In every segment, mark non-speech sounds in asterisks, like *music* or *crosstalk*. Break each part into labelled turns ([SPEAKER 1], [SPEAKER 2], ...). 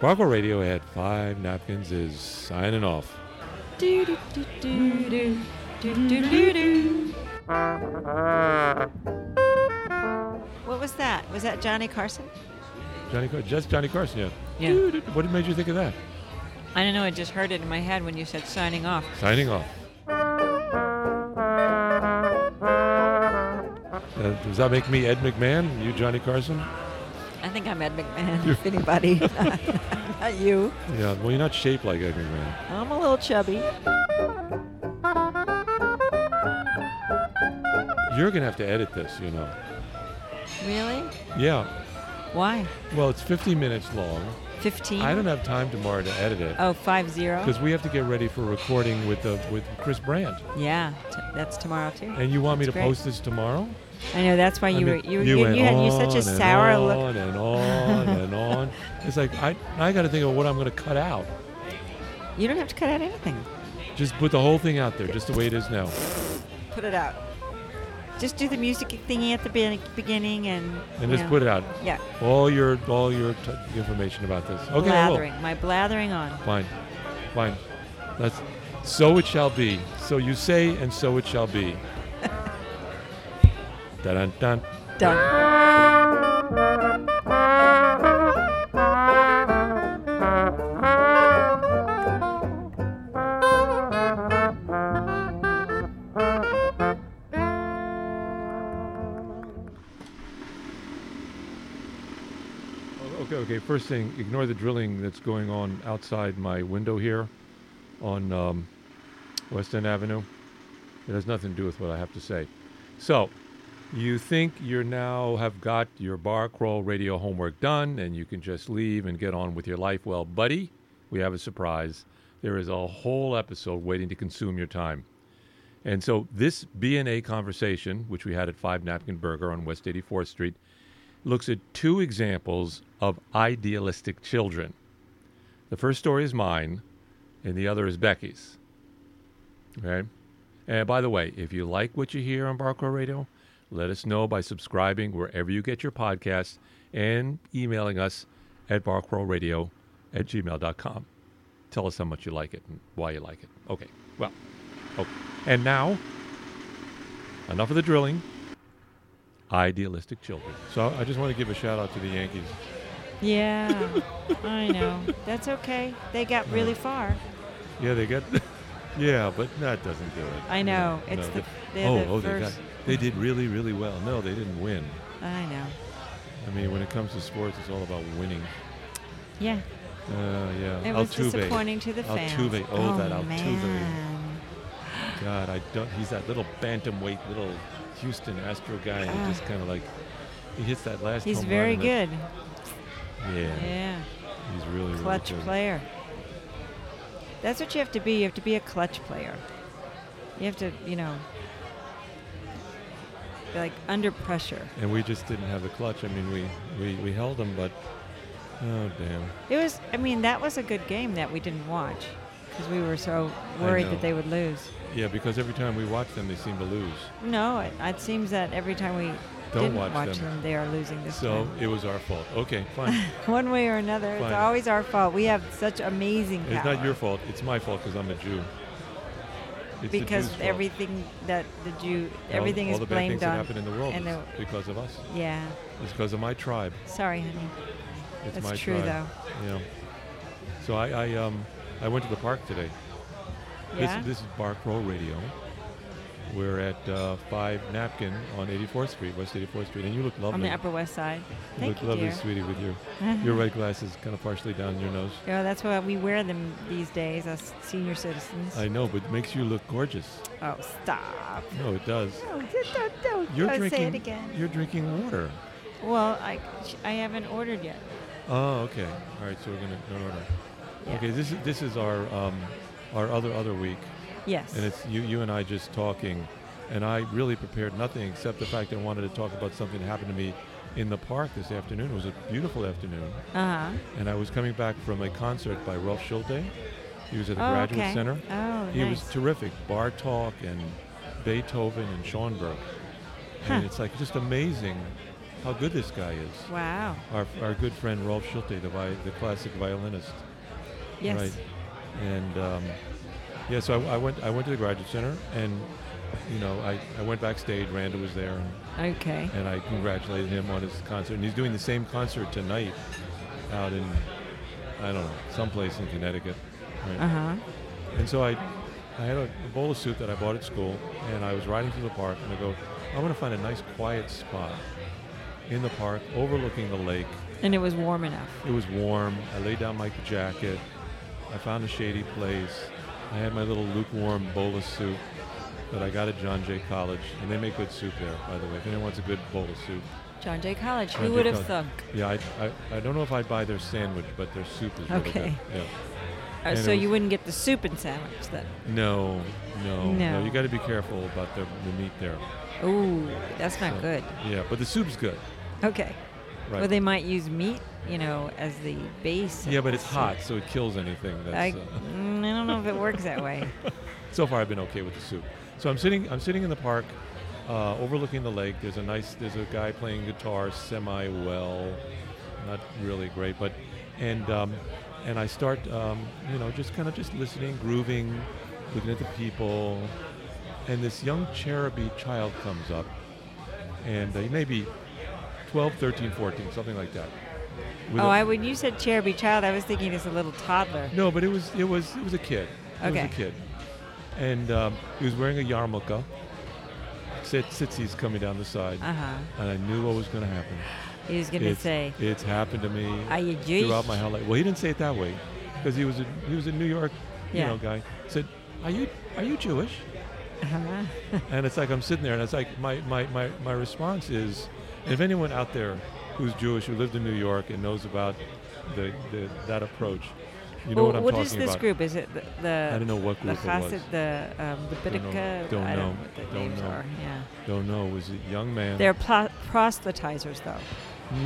[SPEAKER 1] Guaco Radio at Five Napkins is signing off.
[SPEAKER 2] Do do do do do do do do do. What was that? Was that Johnny Carson?
[SPEAKER 1] Johnny, Car- just Johnny Carson, yeah.
[SPEAKER 2] Yeah.
[SPEAKER 1] What made you think of that?
[SPEAKER 2] I don't know. I just heard it in my head when you said signing off.
[SPEAKER 1] Signing off. Uh, does that make me Ed McMahon? You Johnny Carson?
[SPEAKER 2] I think I'm Ed McMahon. If anybody,
[SPEAKER 1] *laughs*
[SPEAKER 2] not you.
[SPEAKER 1] Yeah. Well, you're not shaped like Ed McMahon.
[SPEAKER 2] I'm a little chubby.
[SPEAKER 1] You're gonna have to edit this, you know.
[SPEAKER 2] Really?
[SPEAKER 1] Yeah.
[SPEAKER 2] Why?
[SPEAKER 1] Well, it's 50 minutes long.
[SPEAKER 2] Fifteen?
[SPEAKER 1] I don't have time tomorrow to edit it
[SPEAKER 2] Oh, five zero.
[SPEAKER 1] because we have to get ready for recording with the with Chris Brandt.
[SPEAKER 2] Yeah, t- that's tomorrow too.
[SPEAKER 1] And you want me to
[SPEAKER 2] That's great.
[SPEAKER 1] post this tomorrow?
[SPEAKER 2] I know that's why
[SPEAKER 1] I
[SPEAKER 2] you
[SPEAKER 1] mean,
[SPEAKER 2] were you you, you,
[SPEAKER 1] went
[SPEAKER 2] had you such a
[SPEAKER 1] on and
[SPEAKER 2] sour
[SPEAKER 1] on
[SPEAKER 2] look.
[SPEAKER 1] and on and
[SPEAKER 2] *laughs*
[SPEAKER 1] on. It's like I I got to think of what I'm going to cut out.
[SPEAKER 2] You don't have to cut out anything.
[SPEAKER 1] Just put the whole thing out there, just the way it is now.
[SPEAKER 2] Put it out. Just do the music thingy at the be- beginning and
[SPEAKER 1] And just put it out.
[SPEAKER 2] Yeah.
[SPEAKER 1] All your all your t- information about this. Okay, I will.
[SPEAKER 2] blathering. My blathering on.
[SPEAKER 1] Fine, fine. That's so it shall be. So you say, and so it shall
[SPEAKER 2] *laughs*
[SPEAKER 1] be. dun dun dun.
[SPEAKER 2] Done.
[SPEAKER 1] Oh, Okay, okay. First thing, ignore the drilling that's going on outside my window here on um, West End Avenue. It has nothing to do with what I have to say. So, you think you're now have got your bar crawl radio homework done and you can just leave and get on with your life. Well, buddy, we have a surprise. There is a whole episode waiting to consume your time. And so this B&A conversation, which we had at 5 Napkin Burger on West 84th Street, looks at two examples of idealistic children. The first story is mine, and the other is Becky's. Okay? And by the way, if you like what you hear on Barco Radio, let us know by subscribing wherever you get your podcasts and emailing us at barcroradio at gmail.com. Tell us how much you like it and why you like it. Okay, well, okay. And now, enough of the drilling idealistic children. So I just want to give a shout out to the Yankees. *laughs*
[SPEAKER 2] Yeah, I know. That's okay. They got really far.
[SPEAKER 1] Yeah, they got. *laughs* Yeah, but that doesn't do it.
[SPEAKER 2] I know. It's the- they're
[SPEAKER 1] oh,
[SPEAKER 2] the
[SPEAKER 1] oh,
[SPEAKER 2] first-
[SPEAKER 1] they got. They did really, really well. No, they didn't win.
[SPEAKER 2] I know.
[SPEAKER 1] I mean, when it comes to sports, it's all about winning.
[SPEAKER 2] Yeah,
[SPEAKER 1] Uh, yeah.
[SPEAKER 2] it was
[SPEAKER 1] Altuve.
[SPEAKER 2] disappointing to the fans.
[SPEAKER 1] Altuve. Oh, that Altuve.
[SPEAKER 2] man.
[SPEAKER 1] God, I don't. He's that little bantamweight, little Houston Astro guy, and
[SPEAKER 2] Ah.
[SPEAKER 1] he just kind of like he hits that last.
[SPEAKER 2] He's
[SPEAKER 1] home
[SPEAKER 2] very
[SPEAKER 1] run and
[SPEAKER 2] good.
[SPEAKER 1] that- Yeah,
[SPEAKER 2] Yeah,
[SPEAKER 1] he's really
[SPEAKER 2] clutch
[SPEAKER 1] really good.
[SPEAKER 2] player. That's what you have to be. You have to be a clutch player. You have to, you know, be like under pressure.
[SPEAKER 1] And we just didn't have the clutch. I mean, we we, we held them, but oh damn.
[SPEAKER 2] It was. I mean, that was a good game that we didn't watch because we were so
[SPEAKER 1] I
[SPEAKER 2] worried
[SPEAKER 1] know.
[SPEAKER 2] that they would lose.
[SPEAKER 1] Yeah, because every time we watch them, they seem to lose.
[SPEAKER 2] No, it, it seems that every time we
[SPEAKER 1] Don't
[SPEAKER 2] didn't
[SPEAKER 1] watch
[SPEAKER 2] watch,
[SPEAKER 1] them.
[SPEAKER 2] them. they are losing this
[SPEAKER 1] So
[SPEAKER 2] time. *laughs*
[SPEAKER 1] it was our fault. Okay, fine.
[SPEAKER 2] One way or another,
[SPEAKER 1] Fine.
[SPEAKER 2] it's always our fault. We have such amazing
[SPEAKER 1] it's
[SPEAKER 2] power
[SPEAKER 1] not your fault. It's my fault because I'm a Jew. It's the
[SPEAKER 2] because
[SPEAKER 1] Jews' fault.
[SPEAKER 2] everything that the Jew,
[SPEAKER 1] All-
[SPEAKER 2] everything
[SPEAKER 1] all
[SPEAKER 2] is
[SPEAKER 1] the bad
[SPEAKER 2] blamed
[SPEAKER 1] things that
[SPEAKER 2] on.
[SPEAKER 1] happen in the world
[SPEAKER 2] and
[SPEAKER 1] is
[SPEAKER 2] the-
[SPEAKER 1] because of us.
[SPEAKER 2] yeah,
[SPEAKER 1] It's because of my tribe.
[SPEAKER 2] sorry, honey.
[SPEAKER 1] It's
[SPEAKER 2] That's
[SPEAKER 1] my
[SPEAKER 2] true,
[SPEAKER 1] tribe. though. Yeah. So I, I um I went to the park today.
[SPEAKER 2] Yeah,
[SPEAKER 1] This, this is Bark Row Radio. We're at uh, Five Napkin on 84th Street, West 84th Street, and you look lovely.
[SPEAKER 2] on the Upper West Side.
[SPEAKER 1] you
[SPEAKER 2] Thank
[SPEAKER 1] look
[SPEAKER 2] you,
[SPEAKER 1] lovely,
[SPEAKER 2] dear.
[SPEAKER 1] sweetie, with
[SPEAKER 2] *laughs*
[SPEAKER 1] your your red glasses kind of partially down your nose.
[SPEAKER 2] Yeah, that's why we wear them these days, us senior citizens.
[SPEAKER 1] I know, but it makes you look gorgeous.
[SPEAKER 2] oh, stop!
[SPEAKER 1] No, it does.
[SPEAKER 2] No, just don't, don't,
[SPEAKER 1] You're
[SPEAKER 2] don't
[SPEAKER 1] drinking.
[SPEAKER 2] Oh, say it again.
[SPEAKER 1] You're drinking water.
[SPEAKER 2] Well, I, I haven't ordered yet.
[SPEAKER 1] Oh, okay. All right, so we're gonna no, no, no.
[SPEAKER 2] Yeah.
[SPEAKER 1] Okay, this is this is our um, our other other week,
[SPEAKER 2] Yes.
[SPEAKER 1] and it's you you and I just talking, and I really prepared nothing except the fact I wanted to talk about something that happened to me in the park this afternoon. It was a beautiful afternoon,
[SPEAKER 2] uh huh.
[SPEAKER 1] and I was coming back from a concert by Rolf Schulte, He was at the
[SPEAKER 2] Oh,
[SPEAKER 1] Graduate
[SPEAKER 2] okay.
[SPEAKER 1] Center.
[SPEAKER 2] Oh,
[SPEAKER 1] He
[SPEAKER 2] nice.
[SPEAKER 1] was terrific. Bar talk and Beethoven and Schoenberg. And
[SPEAKER 2] Huh.
[SPEAKER 1] it's like just amazing how good this guy is.
[SPEAKER 2] wow.
[SPEAKER 1] Our, our good friend Rolf Schulte, the, vi- the classic violinist.
[SPEAKER 2] Yes.
[SPEAKER 1] Right. And um, yeah, so I, I went. I went to the graduate center, and you know, I, I went backstage. Randall was there, and,
[SPEAKER 2] Okay.
[SPEAKER 1] and I congratulated him on his concert. And he's doing the same concert tonight, out in I don't know, someplace in Connecticut. Right?
[SPEAKER 2] Uh huh.
[SPEAKER 1] And so I, I had a, a bowler suit that I bought at school, and I was riding through the park, and I go, I'm gonna find a nice quiet spot in the park overlooking the lake
[SPEAKER 2] And it was warm enough.
[SPEAKER 1] it was warm. I laid down my jacket. I found a shady place. I had my little lukewarm bowl of soup that I got at John Jay College, and they make good soup there, by the way. If anyone wants a good bowl of soup,
[SPEAKER 2] John Jay College.
[SPEAKER 1] John
[SPEAKER 2] Who
[SPEAKER 1] Jay
[SPEAKER 2] would have
[SPEAKER 1] College.
[SPEAKER 2] thunk?
[SPEAKER 1] yeah, I, I, I don't know if I'd buy their sandwich, but their soup is really
[SPEAKER 2] Okay.
[SPEAKER 1] good.
[SPEAKER 2] Uh,
[SPEAKER 1] And it
[SPEAKER 2] so you
[SPEAKER 1] was-
[SPEAKER 2] wouldn't get the soup and sandwich then.
[SPEAKER 1] Yeah. No, no, no.
[SPEAKER 2] No.
[SPEAKER 1] You got to be careful about the, the meat there.
[SPEAKER 2] Ooh, that's not
[SPEAKER 1] So,
[SPEAKER 2] good.
[SPEAKER 1] Yeah, but the soup's good.
[SPEAKER 2] Okay.
[SPEAKER 1] Right.
[SPEAKER 2] Well, they might use meat, you know, as the base. of
[SPEAKER 1] yeah, but
[SPEAKER 2] the
[SPEAKER 1] it's
[SPEAKER 2] soup.
[SPEAKER 1] hot, so it kills anything. That's,
[SPEAKER 2] I,
[SPEAKER 1] uh,
[SPEAKER 2] mm, I don't know if it works that
[SPEAKER 1] *laughs*
[SPEAKER 2] way.
[SPEAKER 1] So far, I've been okay with the soup. So I'm sitting, I'm sitting in the park, uh, overlooking the lake. There's a nice, there's a guy playing guitar semi well, not really great, but, and um, and I start, um, you know, just kind of just listening, grooving, looking at the people, and this young cherubi child comes up, and uh, he may be 12, 13, 14, something like that. With
[SPEAKER 2] Oh,
[SPEAKER 1] a-
[SPEAKER 2] I when you said cherubi child, I was thinking as a little toddler.
[SPEAKER 1] no, but it was it was it was a kid. It
[SPEAKER 2] Okay.
[SPEAKER 1] was a kid, and um, he was wearing a yarmulke. Sit- Sitsi's coming down the side,
[SPEAKER 2] Uh huh.
[SPEAKER 1] and I knew what was going to happen.
[SPEAKER 2] He was gonna
[SPEAKER 1] it's,
[SPEAKER 2] say,
[SPEAKER 1] it's happened to me
[SPEAKER 2] "Are you
[SPEAKER 1] throughout
[SPEAKER 2] Jewish?"
[SPEAKER 1] my whole life. Well, he didn't say it that way, because he was a he was a New York you
[SPEAKER 2] Yeah.
[SPEAKER 1] know guy. Said, "Are you are you Jewish?"
[SPEAKER 2] uh-huh. *laughs*
[SPEAKER 1] And it's like I'm sitting there, and it's like my my my, my response is, and if anyone out there who's Jewish who lived in New York and knows about the, the that approach, you know
[SPEAKER 2] well,
[SPEAKER 1] what I'm talking
[SPEAKER 2] is this
[SPEAKER 1] about.
[SPEAKER 2] group? Is it the, the
[SPEAKER 1] I don't know what
[SPEAKER 2] the
[SPEAKER 1] group it was.
[SPEAKER 2] Hasid, the um, the
[SPEAKER 1] Don't know.
[SPEAKER 2] Bitica?
[SPEAKER 1] Don't
[SPEAKER 2] I don't
[SPEAKER 1] know.
[SPEAKER 2] know what the
[SPEAKER 1] Don't
[SPEAKER 2] names
[SPEAKER 1] know.
[SPEAKER 2] are. Yeah,
[SPEAKER 1] Don't know. Was it young man?
[SPEAKER 2] they're pl- proselytizers, though,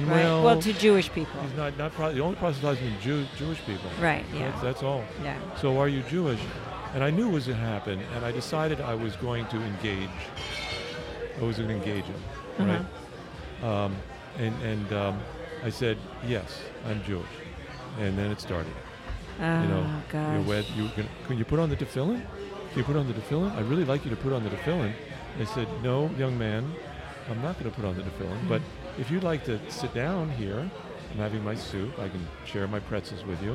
[SPEAKER 2] right?
[SPEAKER 1] Well,
[SPEAKER 2] Well, to Jewish people,
[SPEAKER 1] he's not not pro- the only proselytizing is Jew, Jewish people.
[SPEAKER 2] right?
[SPEAKER 1] That's,
[SPEAKER 2] Yeah,
[SPEAKER 1] that's all.
[SPEAKER 2] yeah.
[SPEAKER 1] So are you Jewish? And I knew it was going to happen, and I decided I was going to engage. I was going to engage him,
[SPEAKER 2] Uh-huh.
[SPEAKER 1] right? Um, and and um, I said yes, I'm Jewish, and then it started.
[SPEAKER 2] Oh
[SPEAKER 1] you know,
[SPEAKER 2] gosh.
[SPEAKER 1] you're wed. You can, can you put on the tefillin? Can you put on the tefillin? I'd really like you to put on the tefillin. They said, no, young man, I'm not going to put on the tefillin. But
[SPEAKER 2] Hmm.
[SPEAKER 1] if you'd like to sit down here, I'm having my soup. I can share my pretzels with you,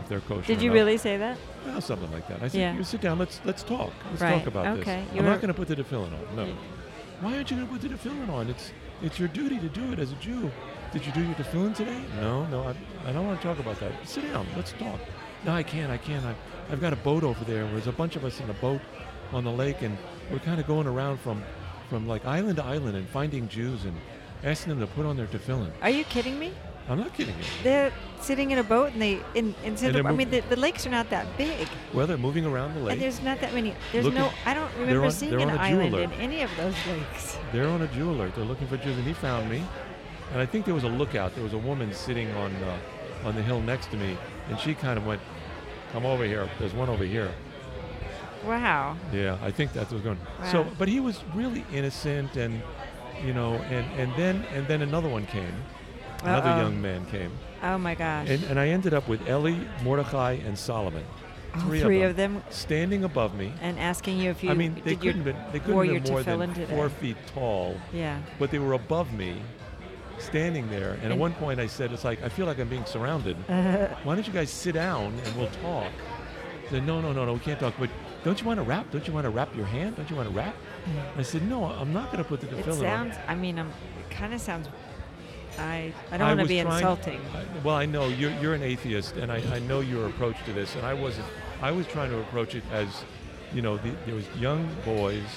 [SPEAKER 1] if they're kosher.
[SPEAKER 2] Did you
[SPEAKER 1] or not.
[SPEAKER 2] really say that?
[SPEAKER 1] Well, Ah, something like that. I said,
[SPEAKER 2] Yeah.
[SPEAKER 1] you sit down. Let's let's talk. Let's
[SPEAKER 2] Right,
[SPEAKER 1] talk about
[SPEAKER 2] okay.
[SPEAKER 1] this.
[SPEAKER 2] You
[SPEAKER 1] I'm
[SPEAKER 2] were-
[SPEAKER 1] not going to put the tefillin on. No.
[SPEAKER 2] Yeah.
[SPEAKER 1] Why aren't you going to put the tefillin on? It's it's your duty to do it as a Jew. Did you do your tefillin today? No, no. I, I don't want to talk about that. Sit down. Let's talk. No, I can't. I can't. I, I've got a boat over there. There's a bunch of us in a boat on the lake, and we're kind of going around from from like island to island and finding Jews and asking them to put on their tefillin.
[SPEAKER 2] Are you kidding me?
[SPEAKER 1] I'm not kidding you.
[SPEAKER 2] They're sitting in a boat and they in instead
[SPEAKER 1] And
[SPEAKER 2] of
[SPEAKER 1] they're
[SPEAKER 2] I mean the,
[SPEAKER 1] moving-
[SPEAKER 2] the lakes are not that big
[SPEAKER 1] Well, they're moving around the
[SPEAKER 2] and
[SPEAKER 1] lake.
[SPEAKER 2] there's not that many. There's
[SPEAKER 1] Look
[SPEAKER 2] no
[SPEAKER 1] at-
[SPEAKER 2] I don't remember
[SPEAKER 1] on-
[SPEAKER 2] seeing
[SPEAKER 1] they're
[SPEAKER 2] an
[SPEAKER 1] on a Jew
[SPEAKER 2] island
[SPEAKER 1] alert.
[SPEAKER 2] in any of those lakes.
[SPEAKER 1] They're on a Jew alert. They're looking for Jews, and he found me. And I think there was a lookout. There was a woman sitting on uh, on the hill next to me, and she kind of went, "Come over here. There's one over here."
[SPEAKER 2] Wow.
[SPEAKER 1] Yeah, I think that's what was going. So,
[SPEAKER 2] Wow.
[SPEAKER 1] but he was really innocent, and you know, and and then and then another one came. Another
[SPEAKER 2] Uh-oh.
[SPEAKER 1] young man came,
[SPEAKER 2] Oh my gosh.
[SPEAKER 1] and, and I ended up with Eli, Mordechai, and Solomon,
[SPEAKER 2] All
[SPEAKER 1] three of
[SPEAKER 2] three
[SPEAKER 1] them.
[SPEAKER 2] of them
[SPEAKER 1] standing above me.
[SPEAKER 2] and asking you if you
[SPEAKER 1] I mean, they
[SPEAKER 2] did your
[SPEAKER 1] couldn't been, they couldn't
[SPEAKER 2] wore
[SPEAKER 1] have
[SPEAKER 2] your
[SPEAKER 1] been more than
[SPEAKER 2] tefillin today?
[SPEAKER 1] four feet tall
[SPEAKER 2] yeah.
[SPEAKER 1] but they were above me, standing there. And, at
[SPEAKER 2] And-
[SPEAKER 1] one point, I said, "It's like I feel like I'm being
[SPEAKER 2] *laughs*
[SPEAKER 1] surrounded. Why don't you guys sit down and we'll talk?" They said, "No, no, no, no, we can't talk." But don't you want to wrap? Don't you want to wrap your hand? Don't you want to wrap? I said, "No, I'm not going to put the
[SPEAKER 2] Mm. It
[SPEAKER 1] tefillin
[SPEAKER 2] sounds
[SPEAKER 1] on."
[SPEAKER 2] I mean I'm it kinda sounds I I don't
[SPEAKER 1] I
[SPEAKER 2] wanna
[SPEAKER 1] was
[SPEAKER 2] be
[SPEAKER 1] trying-
[SPEAKER 2] insulting.
[SPEAKER 1] I- well, I know you're, you're an atheist, and I, I know your approach to this. And I wasn't. I was trying to approach it as, you know, the, there was young boys,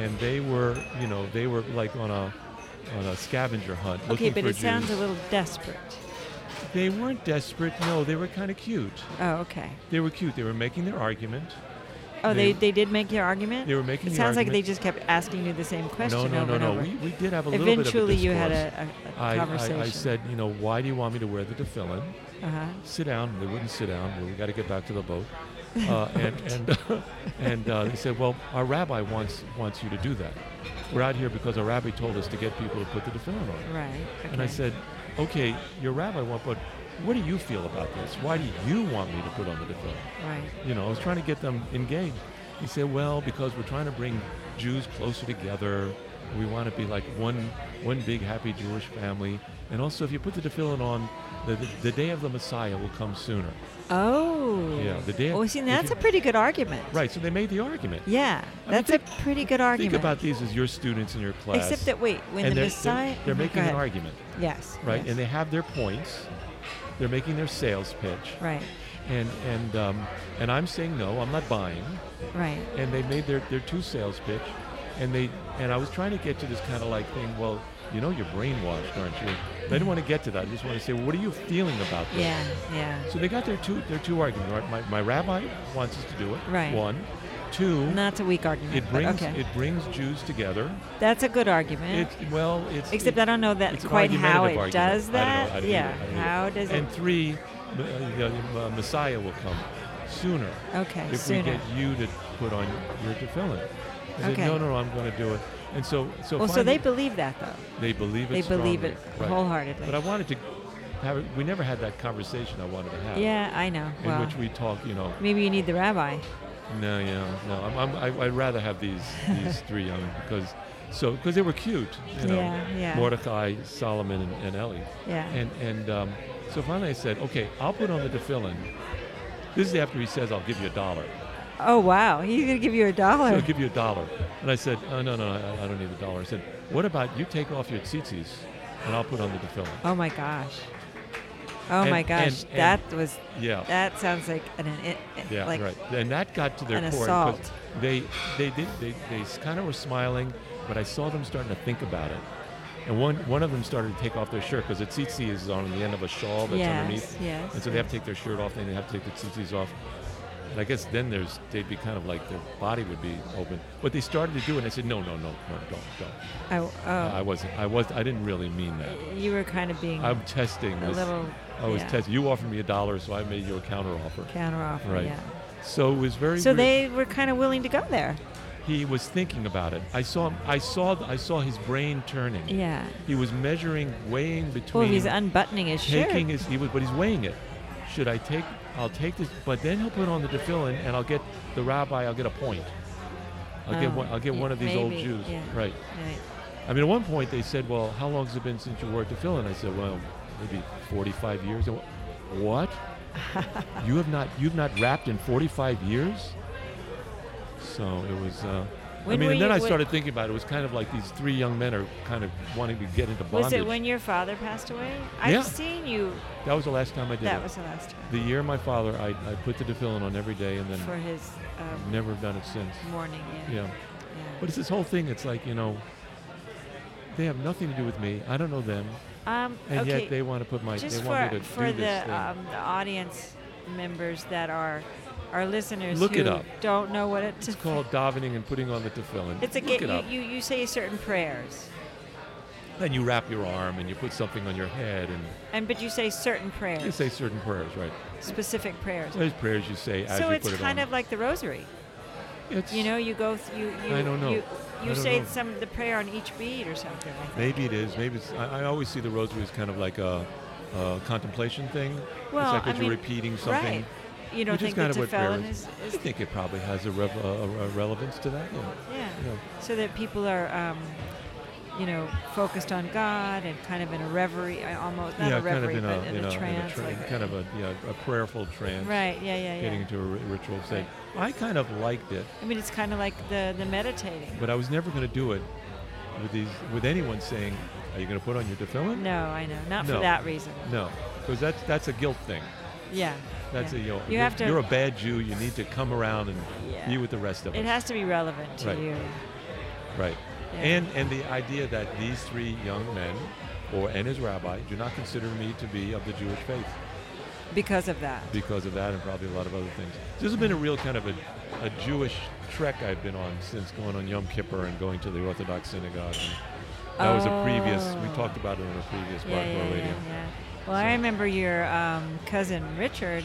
[SPEAKER 1] and they were, you know, they were like on a on a scavenger hunt
[SPEAKER 2] okay,
[SPEAKER 1] looking
[SPEAKER 2] but
[SPEAKER 1] for
[SPEAKER 2] it sounds a
[SPEAKER 1] Jews.
[SPEAKER 2] little desperate.
[SPEAKER 1] They weren't desperate. No, they were kind of cute.
[SPEAKER 2] Oh, okay.
[SPEAKER 1] They were cute. They were making their argument,
[SPEAKER 2] Oh, they, they did make your argument.
[SPEAKER 1] They were making
[SPEAKER 2] It
[SPEAKER 1] your
[SPEAKER 2] sounds like they
[SPEAKER 1] argument.
[SPEAKER 2] just kept asking you the same question
[SPEAKER 1] no, no,
[SPEAKER 2] over and
[SPEAKER 1] no, no.
[SPEAKER 2] over.
[SPEAKER 1] We, we did have a little bit of a
[SPEAKER 2] Eventually, you had
[SPEAKER 1] discourse.
[SPEAKER 2] a, a, a
[SPEAKER 1] I,
[SPEAKER 2] conversation.
[SPEAKER 1] I, I said, you know, why do you want me to wear the tefillin?
[SPEAKER 2] uh-huh.
[SPEAKER 1] Sit down. They wouldn't sit down. Well, we got to get back to the boat. Uh, and and *laughs* and uh, they said, well, our rabbi wants wants you to do that. We're out here because our rabbi told us to get people to put the tefillin on.
[SPEAKER 2] right. Okay.
[SPEAKER 1] And I said, okay, your rabbi wants, but what do you feel about this? Why do you want me to put on the tefillin?
[SPEAKER 2] right.
[SPEAKER 1] You know, I was trying to get them engaged. He said, well, because we're trying to bring Jews closer together. We want to be like one, one big happy Jewish family. And also, if you put the tefillin on, the, the, the day of the Messiah will come sooner.
[SPEAKER 2] Oh.
[SPEAKER 1] Yeah, the day.
[SPEAKER 2] Well, see,
[SPEAKER 1] if
[SPEAKER 2] that's
[SPEAKER 1] you-
[SPEAKER 2] a pretty good argument.
[SPEAKER 1] right. So they made the argument.
[SPEAKER 2] Yeah,
[SPEAKER 1] mean,
[SPEAKER 2] that's
[SPEAKER 1] think-
[SPEAKER 2] a pretty good
[SPEAKER 1] Think
[SPEAKER 2] argument.
[SPEAKER 1] about these as your students in your class.
[SPEAKER 2] Except that wait, when
[SPEAKER 1] and
[SPEAKER 2] the
[SPEAKER 1] they're,
[SPEAKER 2] Messiah,
[SPEAKER 1] they're, they're
[SPEAKER 2] Mhm, go
[SPEAKER 1] making an
[SPEAKER 2] ahead.
[SPEAKER 1] argument,
[SPEAKER 2] Yes.
[SPEAKER 1] right?
[SPEAKER 2] yes.
[SPEAKER 1] And they have their points. They're making their sales pitch,
[SPEAKER 2] Right.
[SPEAKER 1] and and um, and I'm saying no, I'm not buying.
[SPEAKER 2] Right.
[SPEAKER 1] and they made their, their two sales pitch and they and I was trying to get to this kind of like thing, well, you know you're brainwashed, aren't you? But I didn't want to get to that. I just want to say, well, what are you feeling about this?
[SPEAKER 2] Yeah. Yeah.
[SPEAKER 1] So they got their two their two arguments. right? My, my rabbi wants us to do it.
[SPEAKER 2] Right.
[SPEAKER 1] One. Two
[SPEAKER 2] Not a weak argument.
[SPEAKER 1] it
[SPEAKER 2] but
[SPEAKER 1] brings
[SPEAKER 2] okay.
[SPEAKER 1] it brings Jews together.
[SPEAKER 2] That's a good argument.
[SPEAKER 1] It's well it's
[SPEAKER 2] Except
[SPEAKER 1] it-
[SPEAKER 2] I don't know that
[SPEAKER 1] it's an
[SPEAKER 2] quite how it
[SPEAKER 1] argumentative argument.
[SPEAKER 2] does
[SPEAKER 1] I don't know.
[SPEAKER 2] that.
[SPEAKER 1] I don't
[SPEAKER 2] yeah.
[SPEAKER 1] either. I don't
[SPEAKER 2] how
[SPEAKER 1] either.
[SPEAKER 2] does
[SPEAKER 1] And
[SPEAKER 2] it?
[SPEAKER 1] three m- uh, uh, Messiah will come sooner
[SPEAKER 2] Okay.
[SPEAKER 1] if
[SPEAKER 2] sooner.
[SPEAKER 1] we get you to put on your tefillin. I said,
[SPEAKER 2] Okay.
[SPEAKER 1] no, no, I'm going to do it. And so, so,
[SPEAKER 2] well, so they
[SPEAKER 1] finally-
[SPEAKER 2] believe that though.
[SPEAKER 1] they believe it.
[SPEAKER 2] They believe it
[SPEAKER 1] strongly. Right.
[SPEAKER 2] wholeheartedly.
[SPEAKER 1] But I wanted to have. it- We never had that conversation. I wanted to have.
[SPEAKER 2] yeah, I know.
[SPEAKER 1] In
[SPEAKER 2] well,
[SPEAKER 1] which we talk, you know,
[SPEAKER 2] maybe you need the rabbi.
[SPEAKER 1] no, yeah, no. I'm, I'm, I, I'd rather have these
[SPEAKER 2] *laughs*
[SPEAKER 1] these three young because, so because they were cute, you know,
[SPEAKER 2] Yeah, yeah.
[SPEAKER 1] Mordecai, Solomon, and, and Ellie,
[SPEAKER 2] Yeah.
[SPEAKER 1] and and um, so finally I said, okay, I'll put on the tefillin. This is after he says, I'll give you a dollar.
[SPEAKER 2] oh wow, he's gonna give you a
[SPEAKER 1] So
[SPEAKER 2] dollar.
[SPEAKER 1] I'll give you a dollar. And I said, oh, no, no, I, I don't need a dollar. I said, what about you take off your tzitzis and I'll put on the tefillin?
[SPEAKER 2] oh my gosh. Oh
[SPEAKER 1] And-
[SPEAKER 2] my
[SPEAKER 1] and-
[SPEAKER 2] gosh,
[SPEAKER 1] and-
[SPEAKER 2] that was
[SPEAKER 1] Yeah.
[SPEAKER 2] that sounds like an, an
[SPEAKER 1] yeah,
[SPEAKER 2] like
[SPEAKER 1] right. And that got to their
[SPEAKER 2] an
[SPEAKER 1] core.
[SPEAKER 2] assault.
[SPEAKER 1] because They, they did, they, they kind of were smiling, but I saw them starting to think about it. And one, one of them started to take off their shirt because a tzitzi is on the end of a shawl that's
[SPEAKER 2] Yes,
[SPEAKER 1] underneath.
[SPEAKER 2] yes,
[SPEAKER 1] And so they have
[SPEAKER 2] yes.
[SPEAKER 1] to take their shirt off, then they have to take the tzitzis off. And I guess then there's, they'd be kind of like their body would be open. But they started to do it, and I said, no, no, no, no, don't, don't.
[SPEAKER 2] Oh, oh.
[SPEAKER 1] I wasn't. I was. I didn't really mean that.
[SPEAKER 2] you were kind of being
[SPEAKER 1] I'm testing
[SPEAKER 2] a
[SPEAKER 1] this.
[SPEAKER 2] little
[SPEAKER 1] I was
[SPEAKER 2] yeah,
[SPEAKER 1] testing. You offered me a dollar, so I made you a counteroffer.
[SPEAKER 2] counteroffer.
[SPEAKER 1] Right.
[SPEAKER 2] Yeah.
[SPEAKER 1] So it was very.
[SPEAKER 2] So
[SPEAKER 1] weird.
[SPEAKER 2] they were kind of willing to go there.
[SPEAKER 1] He was thinking about it. I saw. Him, I saw. I saw his brain turning.
[SPEAKER 2] Yeah.
[SPEAKER 1] He was measuring, weighing between.
[SPEAKER 2] Well, he's unbuttoning his shirt.
[SPEAKER 1] taking his. He was, but he's weighing it. Should I take? I'll take this, but then he'll put on the tefillin, and I'll get the rabbi. I'll get a point. I'll get
[SPEAKER 2] Oh,
[SPEAKER 1] one. I'll get
[SPEAKER 2] yeah,
[SPEAKER 1] one of these old
[SPEAKER 2] maybe,
[SPEAKER 1] Jews.
[SPEAKER 2] yeah.
[SPEAKER 1] Right.
[SPEAKER 2] Right.
[SPEAKER 1] I mean, at one point they said, "Well, how long has it been since you wore a tefillin?" I said, "Well, maybe 45 years." They went,
[SPEAKER 2] *laughs*
[SPEAKER 1] What? you have not you've not wrapped in 45 years? So it was. Uh, I
[SPEAKER 2] When
[SPEAKER 1] mean,
[SPEAKER 2] were
[SPEAKER 1] and then
[SPEAKER 2] you-
[SPEAKER 1] I
[SPEAKER 2] when-
[SPEAKER 1] started thinking about it. It was kind of like these three young men are kind of wanting to get into bondage.
[SPEAKER 2] Was it when your father passed away?
[SPEAKER 1] Yeah.
[SPEAKER 2] I've seen you.
[SPEAKER 1] that was the last time I did
[SPEAKER 2] That
[SPEAKER 1] it.
[SPEAKER 2] was the last time
[SPEAKER 1] the year my father, I, I put the tefillin on every day, and then
[SPEAKER 2] for his um,
[SPEAKER 1] never have done it since.
[SPEAKER 2] morning. Yeah.
[SPEAKER 1] Yeah.
[SPEAKER 2] yeah.
[SPEAKER 1] But it's this whole thing. It's like you know, they have nothing to do with me. I don't know them.
[SPEAKER 2] um,
[SPEAKER 1] And
[SPEAKER 2] okay.
[SPEAKER 1] yet they want to put my
[SPEAKER 2] just
[SPEAKER 1] they want
[SPEAKER 2] for
[SPEAKER 1] me to
[SPEAKER 2] for
[SPEAKER 1] do this thing.
[SPEAKER 2] the um, the audience members that are our listeners
[SPEAKER 1] Look
[SPEAKER 2] who
[SPEAKER 1] it up.
[SPEAKER 2] don't know what it's,
[SPEAKER 1] it's called davening and putting on the tefillin.
[SPEAKER 2] It's a
[SPEAKER 1] Look
[SPEAKER 2] get,
[SPEAKER 1] it up.
[SPEAKER 2] you, you you say certain prayers,
[SPEAKER 1] then you wrap your arm and you put something on your head and
[SPEAKER 2] and but you say certain prayers,
[SPEAKER 1] you say certain prayers, right?
[SPEAKER 2] specific prayers.
[SPEAKER 1] There's prayers you say as
[SPEAKER 2] so
[SPEAKER 1] you
[SPEAKER 2] it's
[SPEAKER 1] put it
[SPEAKER 2] kind
[SPEAKER 1] on.
[SPEAKER 2] of like the rosary.
[SPEAKER 1] it's,
[SPEAKER 2] You know, you go, th- you, you,
[SPEAKER 1] I don't know.
[SPEAKER 2] you,
[SPEAKER 1] I
[SPEAKER 2] you
[SPEAKER 1] don't
[SPEAKER 2] say
[SPEAKER 1] know.
[SPEAKER 2] some the prayer on each bead or something. I think.
[SPEAKER 1] maybe it is. Maybe it's. I, I always see the rosary as kind of like a, a contemplation thing. it's
[SPEAKER 2] Well,
[SPEAKER 1] like
[SPEAKER 2] I
[SPEAKER 1] that you're
[SPEAKER 2] mean,
[SPEAKER 1] repeating something.
[SPEAKER 2] Right. You don't
[SPEAKER 1] Which is
[SPEAKER 2] think the
[SPEAKER 1] kind of what prayer
[SPEAKER 2] tefillin
[SPEAKER 1] is.
[SPEAKER 2] is,
[SPEAKER 1] I
[SPEAKER 2] is
[SPEAKER 1] think it probably has a, rev- a, a relevance to that. Yeah.
[SPEAKER 2] yeah.
[SPEAKER 1] You know.
[SPEAKER 2] So that people are, um, you know, focused on God and kind of in a reverie, I almost not
[SPEAKER 1] yeah,
[SPEAKER 2] a reverie,
[SPEAKER 1] kind of
[SPEAKER 2] but
[SPEAKER 1] in a, in a,
[SPEAKER 2] trance,
[SPEAKER 1] in a, tra-
[SPEAKER 2] like
[SPEAKER 1] kind of a, yeah, a prayerful trance.
[SPEAKER 2] right. Yeah, yeah, yeah.
[SPEAKER 1] Getting into a ri- ritual state. I kind of liked it.
[SPEAKER 2] I mean, it's kind of like the the meditating.
[SPEAKER 1] But I was never going to do it with these with anyone saying, "Are you going to put on your tefillin?"
[SPEAKER 2] No, I know, not
[SPEAKER 1] No.
[SPEAKER 2] for that reason.
[SPEAKER 1] No, because that's that's a guilt thing.
[SPEAKER 2] Yeah.
[SPEAKER 1] That's
[SPEAKER 2] yeah.
[SPEAKER 1] a you. Know,
[SPEAKER 2] You have to.
[SPEAKER 1] You're a bad Jew. You need to come around and
[SPEAKER 2] Yeah.
[SPEAKER 1] be with the rest of
[SPEAKER 2] it
[SPEAKER 1] us.
[SPEAKER 2] has to be relevant to
[SPEAKER 1] Right.
[SPEAKER 2] you.
[SPEAKER 1] right.
[SPEAKER 2] Yeah.
[SPEAKER 1] And and the idea that these three young men, or and his rabbi, do not consider me to be of the Jewish faith.
[SPEAKER 2] because of that.
[SPEAKER 1] because of that and probably a lot of other things. This has been a real kind of a, a Jewish trek I've been on since going on Yom Kippur and going to the Orthodox synagogue. And that was a previous, we
[SPEAKER 2] Oh.
[SPEAKER 1] talked about it on a previous
[SPEAKER 2] Yeah,
[SPEAKER 1] Black Bar
[SPEAKER 2] yeah,
[SPEAKER 1] Radio.
[SPEAKER 2] yeah, yeah. Well, I
[SPEAKER 1] So-
[SPEAKER 2] remember your um, cousin Richard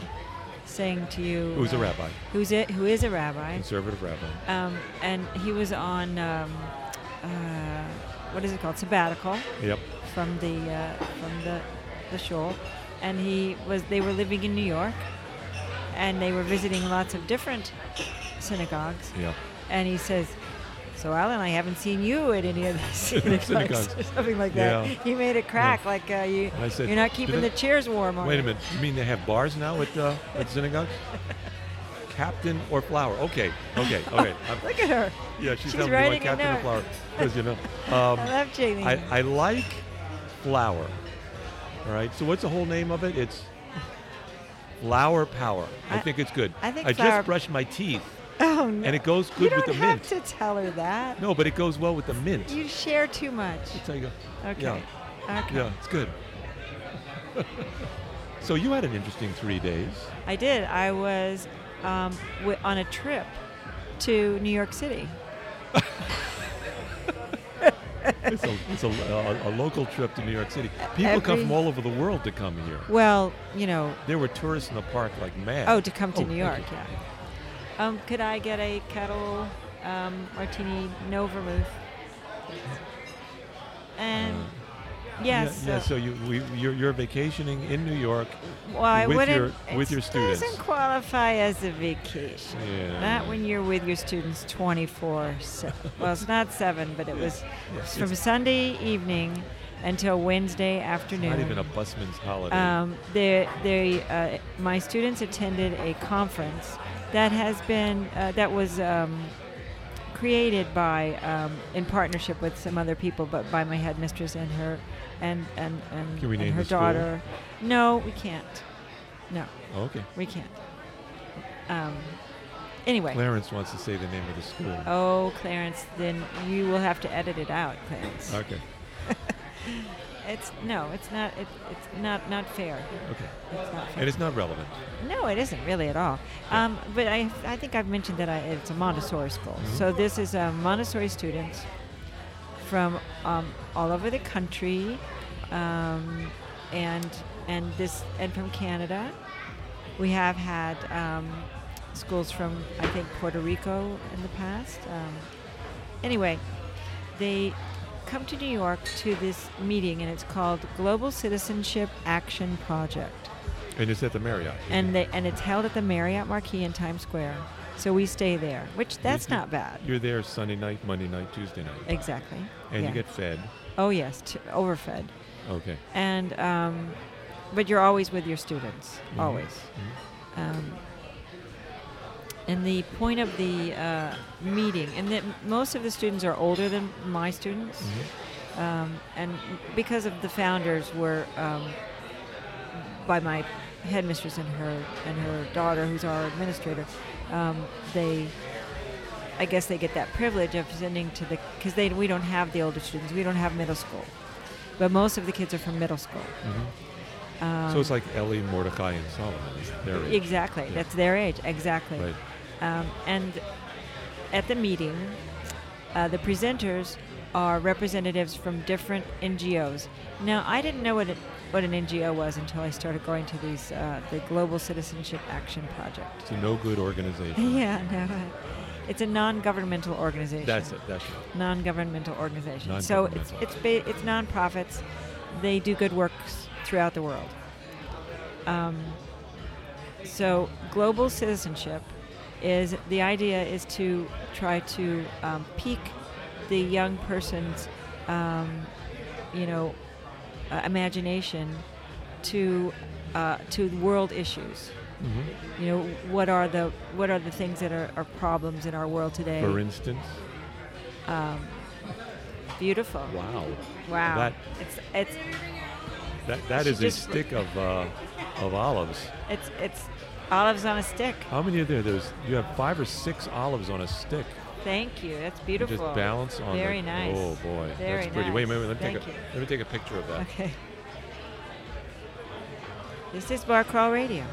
[SPEAKER 2] saying to you,
[SPEAKER 1] Who's a rabbi.
[SPEAKER 2] who's it? Who is a rabbi?
[SPEAKER 1] Conservative rabbi.
[SPEAKER 2] Um, and he was on um, uh, what is it called? Sabbatical
[SPEAKER 1] Yep.
[SPEAKER 2] from the uh, from the the shul, and he was. They were living in New York, and they were visiting lots of different synagogues.
[SPEAKER 1] Yep.
[SPEAKER 2] And he says, "So Alan, I haven't seen you at any
[SPEAKER 1] *laughs*
[SPEAKER 2] of the *laughs* synagogues,
[SPEAKER 1] Synagogues.
[SPEAKER 2] or something like that."
[SPEAKER 1] Yeah.
[SPEAKER 2] He made a crack, like uh, you,
[SPEAKER 1] I said,
[SPEAKER 2] you're not
[SPEAKER 1] "Do
[SPEAKER 2] keeping
[SPEAKER 1] they-
[SPEAKER 2] the chairs warm. Are
[SPEAKER 1] Wait
[SPEAKER 2] you?"
[SPEAKER 1] a minute. You mean they have bars now at, uh, at
[SPEAKER 2] *laughs*
[SPEAKER 1] synagogues? Captain or flower? Okay. Okay.
[SPEAKER 2] *laughs*
[SPEAKER 1] Okay. I'm-
[SPEAKER 2] Look at her.
[SPEAKER 1] yeah, she's,
[SPEAKER 2] she's
[SPEAKER 1] telling me my
[SPEAKER 2] writing a
[SPEAKER 1] captain or
[SPEAKER 2] note.
[SPEAKER 1] flower. Because you know.
[SPEAKER 2] *laughs*
[SPEAKER 1] Um,
[SPEAKER 2] I love Jamie.
[SPEAKER 1] I, I like flower. All right. So what's the whole name of it? It's flower power. I,
[SPEAKER 2] I-
[SPEAKER 1] think it's good.
[SPEAKER 2] I think
[SPEAKER 1] I
[SPEAKER 2] flower-
[SPEAKER 1] just brushed my teeth,
[SPEAKER 2] *laughs* oh no.
[SPEAKER 1] and it goes
[SPEAKER 2] you
[SPEAKER 1] good
[SPEAKER 2] don't
[SPEAKER 1] with the
[SPEAKER 2] have
[SPEAKER 1] mint.
[SPEAKER 2] to tell her that.
[SPEAKER 1] No, but it goes well with the mint.
[SPEAKER 2] You share too much.
[SPEAKER 1] So you go,
[SPEAKER 2] Okay.
[SPEAKER 1] Yeah.
[SPEAKER 2] Okay.
[SPEAKER 1] Yeah, it's good. *laughs* so you had an interesting three days.
[SPEAKER 2] I did. I was um, w- on a trip to New York City.
[SPEAKER 1] It's a, it's a, a, a local trip to New York City. People come
[SPEAKER 2] Every-
[SPEAKER 1] from all over the world to come here.
[SPEAKER 2] Well, you know,
[SPEAKER 1] There were tourists in the park like mad.
[SPEAKER 2] oh, to come
[SPEAKER 1] Oh,
[SPEAKER 2] to New
[SPEAKER 1] thank
[SPEAKER 2] York,
[SPEAKER 1] you.
[SPEAKER 2] yeah. Um, could I get a kettle um, martini, no vermouth? please? And yes,
[SPEAKER 1] Uh, Yeah, yeah, so you, we, you're, you're vacationing in New York.
[SPEAKER 2] well, I
[SPEAKER 1] with
[SPEAKER 2] wouldn't.
[SPEAKER 1] your- with
[SPEAKER 2] it
[SPEAKER 1] your students.
[SPEAKER 2] doesn't qualify as a vacation.
[SPEAKER 1] Yeah.
[SPEAKER 2] Not when you're with your students 24 7. well, it's not 7, but it was
[SPEAKER 1] yes,
[SPEAKER 2] from
[SPEAKER 1] it's-
[SPEAKER 2] Sunday evening until Wednesday afternoon.
[SPEAKER 1] Not even a busman's holiday.
[SPEAKER 2] um, they, they, uh, my students attended a conference that has been uh, that was um, created by um, in partnership with some other people, but by my headmistress and her and and and,
[SPEAKER 1] Can we
[SPEAKER 2] and
[SPEAKER 1] name
[SPEAKER 2] her
[SPEAKER 1] the school?
[SPEAKER 2] daughter. No, we can't. No,
[SPEAKER 1] okay.
[SPEAKER 2] we can't. Um, anyway.
[SPEAKER 1] Clarence wants to say the name of the school.
[SPEAKER 2] Oh, Clarence, then you will have to edit it out, Clarence.
[SPEAKER 1] Okay.
[SPEAKER 2] It's no, it's not. It, it's not not fair.
[SPEAKER 1] Okay.
[SPEAKER 2] It's not fair.
[SPEAKER 1] And it's not relevant.
[SPEAKER 2] No, it isn't really at all. Um, but I, I think I've mentioned that I, it's a Montessori school. So this is uh, Montessori students from um, all over the country, um, and and this and from Canada. We have had um, schools from I think Puerto Rico in the past. Um, anyway, they come to New York to this meeting, and it's called Global Citizenship Action Project
[SPEAKER 1] And it's at the Marriott.
[SPEAKER 2] and they, and it's held at the Marriott Marquis in Times Square. So we stay there, which that's
[SPEAKER 1] you-
[SPEAKER 2] not bad.
[SPEAKER 1] You're there Sunday night, Monday night, Tuesday night.
[SPEAKER 2] Exactly.
[SPEAKER 1] And
[SPEAKER 2] Yeah.
[SPEAKER 1] you get fed.
[SPEAKER 2] oh yes, t- overfed,
[SPEAKER 1] Okay. Mm-hmm.
[SPEAKER 2] and um, but you're always with your students,
[SPEAKER 1] Mhm.
[SPEAKER 2] always. Um, and the point of the uh, meeting, and that most of the students are older than my students,
[SPEAKER 1] Mhm.
[SPEAKER 2] um, and because of the founders were um, by my headmistress and her and her daughter, who's our administrator, um, they. I guess they get that privilege of sending to the because they we don't have the older students, we don't have middle school, but most of the kids are from middle school.
[SPEAKER 1] Mhm.
[SPEAKER 2] Um,
[SPEAKER 1] so it's like Ellie, Mordecai, and Solomon. It's their age,
[SPEAKER 2] exactly
[SPEAKER 1] Yeah.
[SPEAKER 2] that's their age exactly.
[SPEAKER 1] Right.
[SPEAKER 2] Um, and at the meeting, uh, the presenters are representatives from different NGOs. Now, I didn't know what, it, what an NGO was until I started going to these uh, the Global Citizenship Action Project. *laughs*
[SPEAKER 1] It's a no good organization.
[SPEAKER 2] Yeah, no, I- it's a non-governmental organization.
[SPEAKER 1] That's it. That's right.
[SPEAKER 2] Non-governmental organization. So it's it's ba- it's nonprofits. They do good works throughout the world. Um, so global citizenship is the idea is to try to um, pique the young person's um, you know uh, imagination to uh, to world issues.
[SPEAKER 1] hmm
[SPEAKER 2] You know what are the what are the things that are, are problems in our world today?
[SPEAKER 1] For instance,
[SPEAKER 2] Um, beautiful.
[SPEAKER 1] wow.
[SPEAKER 2] Wow.
[SPEAKER 1] That
[SPEAKER 2] it's it's
[SPEAKER 1] that, that
[SPEAKER 2] She
[SPEAKER 1] is a
[SPEAKER 2] just-
[SPEAKER 1] stick of uh, of olives.
[SPEAKER 2] it's it's olives on a stick.
[SPEAKER 1] How many are there? There's you have five or six olives on a stick.
[SPEAKER 2] Thank you. That's
[SPEAKER 1] You
[SPEAKER 2] beautiful.
[SPEAKER 1] Just balance on. the-
[SPEAKER 2] Very nice.
[SPEAKER 1] Oh boy,
[SPEAKER 2] Very
[SPEAKER 1] that's pretty. Wait a
[SPEAKER 2] nice.
[SPEAKER 1] minute. Let me take
[SPEAKER 2] Thank
[SPEAKER 1] a
[SPEAKER 2] you.
[SPEAKER 1] let
[SPEAKER 2] *laughs*
[SPEAKER 1] me take a picture of that.
[SPEAKER 2] Okay. This is Bar Crawl Radio.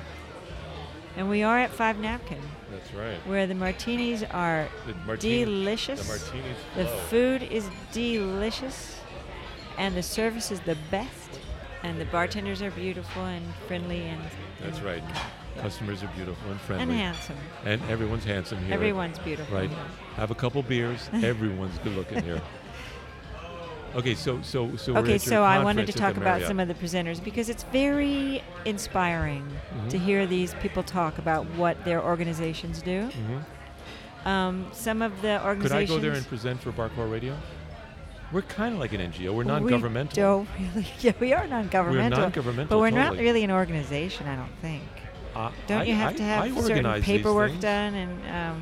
[SPEAKER 2] And we are at Five Napkin,
[SPEAKER 1] That's right.
[SPEAKER 2] where the martinis are
[SPEAKER 1] The martini, the
[SPEAKER 2] delicious.
[SPEAKER 1] martinis
[SPEAKER 2] The
[SPEAKER 1] flow.
[SPEAKER 2] food is delicious, and the service is the best, and the bartenders are beautiful and friendly and
[SPEAKER 1] That's
[SPEAKER 2] and-
[SPEAKER 1] right. Customers are beautiful and friendly.
[SPEAKER 2] and handsome.
[SPEAKER 1] And everyone's handsome here.
[SPEAKER 2] Everyone's beautiful.
[SPEAKER 1] Right.
[SPEAKER 2] here.
[SPEAKER 1] Have a couple
[SPEAKER 2] *laughs*
[SPEAKER 1] beers. Everyone's good looking here. Okay, so so so. we're
[SPEAKER 2] Okay,
[SPEAKER 1] at your
[SPEAKER 2] so I wanted to
[SPEAKER 1] conference at
[SPEAKER 2] talk
[SPEAKER 1] the
[SPEAKER 2] about
[SPEAKER 1] Marriott.
[SPEAKER 2] some of the presenters because it's very inspiring
[SPEAKER 1] Mm-hmm.
[SPEAKER 2] to hear these people talk about what their organizations do.
[SPEAKER 1] Mhm.
[SPEAKER 2] Um, some of the
[SPEAKER 1] Could I
[SPEAKER 2] organizations.
[SPEAKER 1] go there and present for Barcore Radio? We're kind of like an NGO. We're non-governmental.
[SPEAKER 2] We don't *laughs* really. Yeah, we are non-governmental.
[SPEAKER 1] non-governmental,
[SPEAKER 2] But we're not
[SPEAKER 1] totally.
[SPEAKER 2] really an organization, I don't think.
[SPEAKER 1] I-
[SPEAKER 2] Don't
[SPEAKER 1] I-
[SPEAKER 2] you have
[SPEAKER 1] I-
[SPEAKER 2] to have
[SPEAKER 1] I
[SPEAKER 2] certain
[SPEAKER 1] organize these
[SPEAKER 2] paperwork
[SPEAKER 1] things.
[SPEAKER 2] done? And um,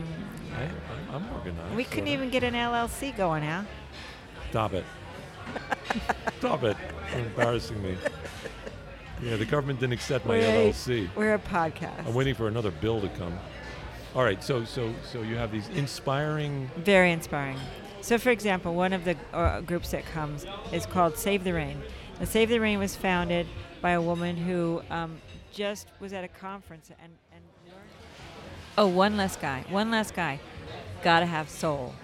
[SPEAKER 1] I, I'm- I'm organized.
[SPEAKER 2] we couldn't
[SPEAKER 1] sorta.
[SPEAKER 2] even get an LLC going, Al.
[SPEAKER 1] Stop
[SPEAKER 2] *laughs*
[SPEAKER 1] it. Stop it. You're embarrassing me. Yeah, the government didn't accept my
[SPEAKER 2] We're a-
[SPEAKER 1] LLC.
[SPEAKER 2] We're a podcast.
[SPEAKER 1] I'm waiting for another bill to come. All right, so so so you have these inspiring.
[SPEAKER 2] Very inspiring. So, for example, one of the uh, groups that comes is called Save the Rain. And Save the Rain was founded by a woman who um, just was at a conference and, and learned. Oh, one less guy. One less guy. Gotta have soul.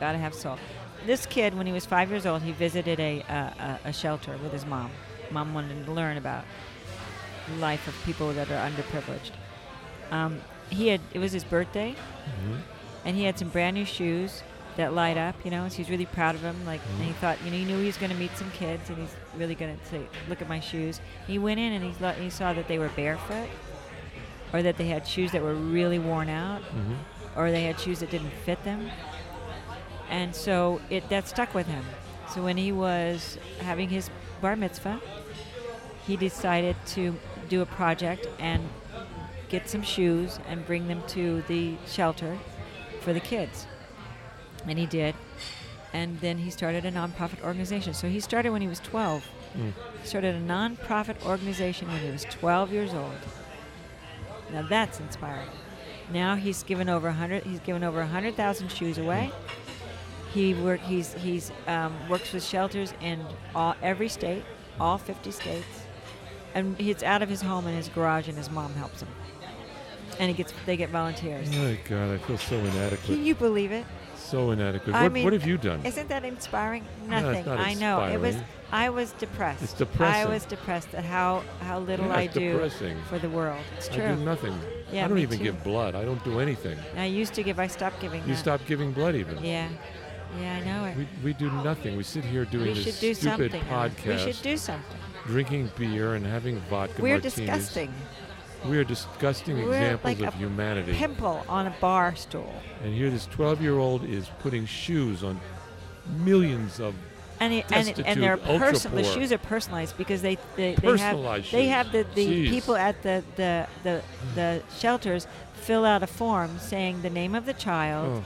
[SPEAKER 2] Gotta have soul. This kid, when he was five years old, he visited a, uh, a, a shelter with his mom. Mom wanted him to learn about life of people that are underprivileged. Um, he had it was his birthday, and he had some brand new shoes that light up, you know. So he's really proud of them. Like, and he thought, you know, he knew he was going to meet some kids, and he's really going to say, "Look at my shoes." He went in and he, lo- he saw that they were barefoot, or that they had shoes that were really worn out, or they had shoes that didn't fit them, and so it that stuck with him. So when he was having his bar mitzvah, he decided to do a project and get some shoes and bring them to the shelter for the kids. And he did. And then he started a nonprofit organization. So he started when he was 12.
[SPEAKER 1] Mm.
[SPEAKER 2] He started a nonprofit organization when he was 12 years old. Now that's inspiring. Now he's given over 100. He's given over 100,000 shoes away. He work. He's he's um, works with shelters in all every state, all 50 states, and he's out of his home in his garage, and his mom helps him. And he gets they get volunteers.
[SPEAKER 1] My God, I feel so inadequate.
[SPEAKER 2] Can you believe it?
[SPEAKER 1] So inadequate.
[SPEAKER 2] I
[SPEAKER 1] What,
[SPEAKER 2] mean,
[SPEAKER 1] what have you done?
[SPEAKER 2] Isn't that inspiring?
[SPEAKER 1] it's
[SPEAKER 2] Nothing.
[SPEAKER 1] not
[SPEAKER 2] I know. It was.
[SPEAKER 1] inspiring.
[SPEAKER 2] I was depressed.
[SPEAKER 1] It's depressing.
[SPEAKER 2] I was depressed at how how little
[SPEAKER 1] Yeah,
[SPEAKER 2] I
[SPEAKER 1] it's
[SPEAKER 2] do
[SPEAKER 1] depressing.
[SPEAKER 2] for the world. It's true.
[SPEAKER 1] I do nothing.
[SPEAKER 2] Yeah,
[SPEAKER 1] I don't
[SPEAKER 2] me
[SPEAKER 1] even
[SPEAKER 2] too.
[SPEAKER 1] give blood. I don't do anything.
[SPEAKER 2] I used to give. I stopped giving.
[SPEAKER 1] You
[SPEAKER 2] that.
[SPEAKER 1] stop giving blood even.
[SPEAKER 2] Yeah, yeah, I know it.
[SPEAKER 1] We, we do nothing. We sit here doing
[SPEAKER 2] We
[SPEAKER 1] this
[SPEAKER 2] should do
[SPEAKER 1] stupid
[SPEAKER 2] something. Ellen.
[SPEAKER 1] podcast,
[SPEAKER 2] We should do something.
[SPEAKER 1] drinking beer and having vodka
[SPEAKER 2] We're
[SPEAKER 1] martinis.
[SPEAKER 2] disgusting.
[SPEAKER 1] We are disgusting
[SPEAKER 2] We're
[SPEAKER 1] examples
[SPEAKER 2] like
[SPEAKER 1] of
[SPEAKER 2] a
[SPEAKER 1] humanity.
[SPEAKER 2] Pimple on a bar stool,
[SPEAKER 1] And here, this 12-year-old is putting shoes on millions of.
[SPEAKER 2] and it, and, it,
[SPEAKER 1] Destitute,
[SPEAKER 2] and they're person. The
[SPEAKER 1] ultra-poor.
[SPEAKER 2] shoes are personalized because they they, they have
[SPEAKER 1] Personalized
[SPEAKER 2] they
[SPEAKER 1] shoes.
[SPEAKER 2] have the, the
[SPEAKER 1] Jeez.
[SPEAKER 2] people at the the, the the shelters fill out a form saying the name of the child.
[SPEAKER 1] Oh,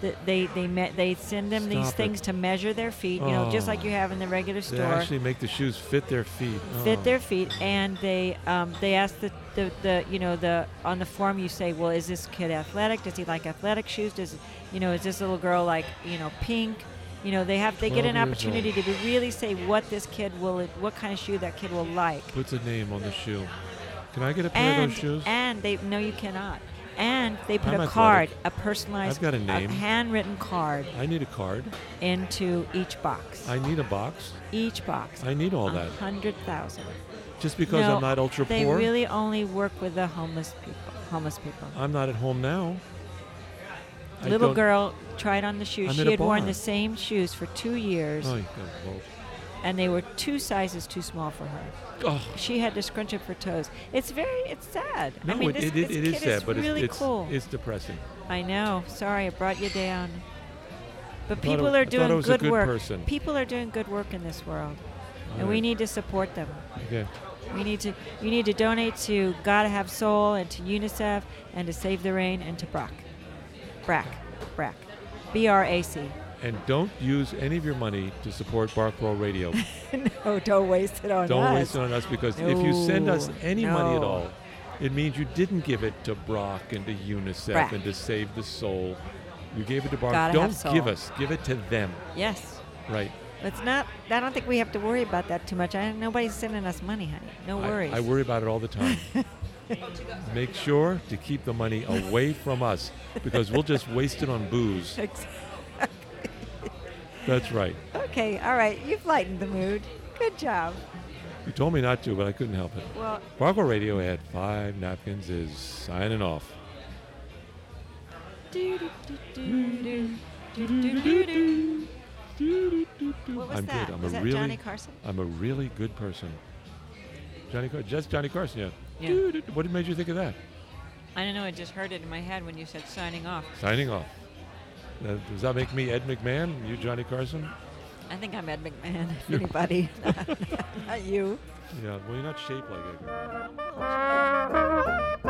[SPEAKER 2] Th- They they me- they send them these
[SPEAKER 1] Stop it.
[SPEAKER 2] things to measure their feet, you know, just
[SPEAKER 1] Oh.
[SPEAKER 2] like you have in the regular
[SPEAKER 1] they
[SPEAKER 2] store.
[SPEAKER 1] actually make the shoes fit their feet.
[SPEAKER 2] fit
[SPEAKER 1] Oh.
[SPEAKER 2] their feet and they um, they ask the, the, the you know the on the form you say well is this kid athletic does he like athletic shoes does you know is this little girl like you know pink you know they have they get
[SPEAKER 1] 12
[SPEAKER 2] an
[SPEAKER 1] years
[SPEAKER 2] opportunity to be- really say what this kid will what kind of shoe that kid will like
[SPEAKER 1] Puts a name on the shoe. Can I get a pair of
[SPEAKER 2] and
[SPEAKER 1] those shoes?
[SPEAKER 2] and they no you cannot and they put
[SPEAKER 1] I'm
[SPEAKER 2] a
[SPEAKER 1] athletic.
[SPEAKER 2] card a personalized
[SPEAKER 1] I've got a name.
[SPEAKER 2] handwritten card
[SPEAKER 1] I need a card.
[SPEAKER 2] into each box
[SPEAKER 1] I need a box.
[SPEAKER 2] each box
[SPEAKER 1] I need all
[SPEAKER 2] a
[SPEAKER 1] that.
[SPEAKER 2] hundred thousand
[SPEAKER 1] Just because
[SPEAKER 2] Uh-huh. No,
[SPEAKER 1] I'm not ultra
[SPEAKER 2] They
[SPEAKER 1] poor,
[SPEAKER 2] really only work with the homeless people. Homeless people.
[SPEAKER 1] I'm not at home now. I
[SPEAKER 2] Little
[SPEAKER 1] don't-
[SPEAKER 2] girl tried on the shoes.
[SPEAKER 1] I'm
[SPEAKER 2] she
[SPEAKER 1] at a
[SPEAKER 2] had worn
[SPEAKER 1] bar.
[SPEAKER 2] the same shoes for two years,
[SPEAKER 1] Oh, you got both.
[SPEAKER 2] and they were two sizes too small for her.
[SPEAKER 1] Oh,
[SPEAKER 2] She had to scrunch up her toes. It's very, it's sad.
[SPEAKER 1] no,
[SPEAKER 2] I mean,
[SPEAKER 1] it,
[SPEAKER 2] this,
[SPEAKER 1] it,
[SPEAKER 2] this
[SPEAKER 1] it
[SPEAKER 2] kid
[SPEAKER 1] is sad, but it's-
[SPEAKER 2] really
[SPEAKER 1] it's,
[SPEAKER 2] cool.
[SPEAKER 1] it's depressing.
[SPEAKER 2] I know. Sorry, I brought you down. But
[SPEAKER 1] thought it-
[SPEAKER 2] people
[SPEAKER 1] I
[SPEAKER 2] are
[SPEAKER 1] thought I
[SPEAKER 2] doing
[SPEAKER 1] was a
[SPEAKER 2] good,
[SPEAKER 1] good
[SPEAKER 2] work.
[SPEAKER 1] person.
[SPEAKER 2] People are doing good work in this world, and we
[SPEAKER 1] Alright.
[SPEAKER 2] need to support them.
[SPEAKER 1] Okay.
[SPEAKER 2] We need to. You need to donate to Gotta Have Soul and to UNICEF and to Save the Rain and to BRAC. BRAC. BRAC. B R A C.
[SPEAKER 1] And don't use any of your money to support Barclaw
[SPEAKER 2] *laughs*
[SPEAKER 1] Radio.
[SPEAKER 2] No, Oh, don't waste it on
[SPEAKER 1] Don't
[SPEAKER 2] us.
[SPEAKER 1] waste it on us because if you send us
[SPEAKER 2] No,
[SPEAKER 1] any money at
[SPEAKER 2] no.
[SPEAKER 1] all, it means you didn't give it to Brock and to UNICEF
[SPEAKER 2] Brack.
[SPEAKER 1] and to Save the Soul. You gave it to Brock.
[SPEAKER 2] Gotta have
[SPEAKER 1] Don't
[SPEAKER 2] soul.
[SPEAKER 1] give us. Give it to them.
[SPEAKER 2] Yes.
[SPEAKER 1] Right.
[SPEAKER 2] It's not. I don't think we have to worry about that too much. I, nobody's sending us money, honey. No
[SPEAKER 1] I-
[SPEAKER 2] worries.
[SPEAKER 1] I, worry about it all the time. Make sure to keep the money away from us because we'll just waste it on booze.
[SPEAKER 2] Ex-
[SPEAKER 1] That's right.
[SPEAKER 2] *laughs* okay. All right. You've lightened the mood. Good job.
[SPEAKER 1] You told me not to, but I couldn't help it.
[SPEAKER 2] Well,
[SPEAKER 1] Barco Radio at Five Napkins is signing off.
[SPEAKER 2] what was
[SPEAKER 1] I'm
[SPEAKER 2] that?
[SPEAKER 1] good. I'm
[SPEAKER 2] was
[SPEAKER 1] a
[SPEAKER 2] that
[SPEAKER 1] really,
[SPEAKER 2] Johnny Carson?
[SPEAKER 1] I'm a really good person. Johnny, Car- just Johnny Carson, yeah.
[SPEAKER 2] Yeah.
[SPEAKER 1] Doo-doo-doo. What made you think of that?
[SPEAKER 2] I don't know. I just heard it in my head when you said signing off.
[SPEAKER 1] Signing off. Uh, does that make me Ed McMahon? You Johnny Carson?
[SPEAKER 2] I think I'm Ed McMahon. If
[SPEAKER 1] You're-
[SPEAKER 2] anybody, *laughs* not you.
[SPEAKER 1] Yeah. Well, you're not shaped like Ed. McMahon.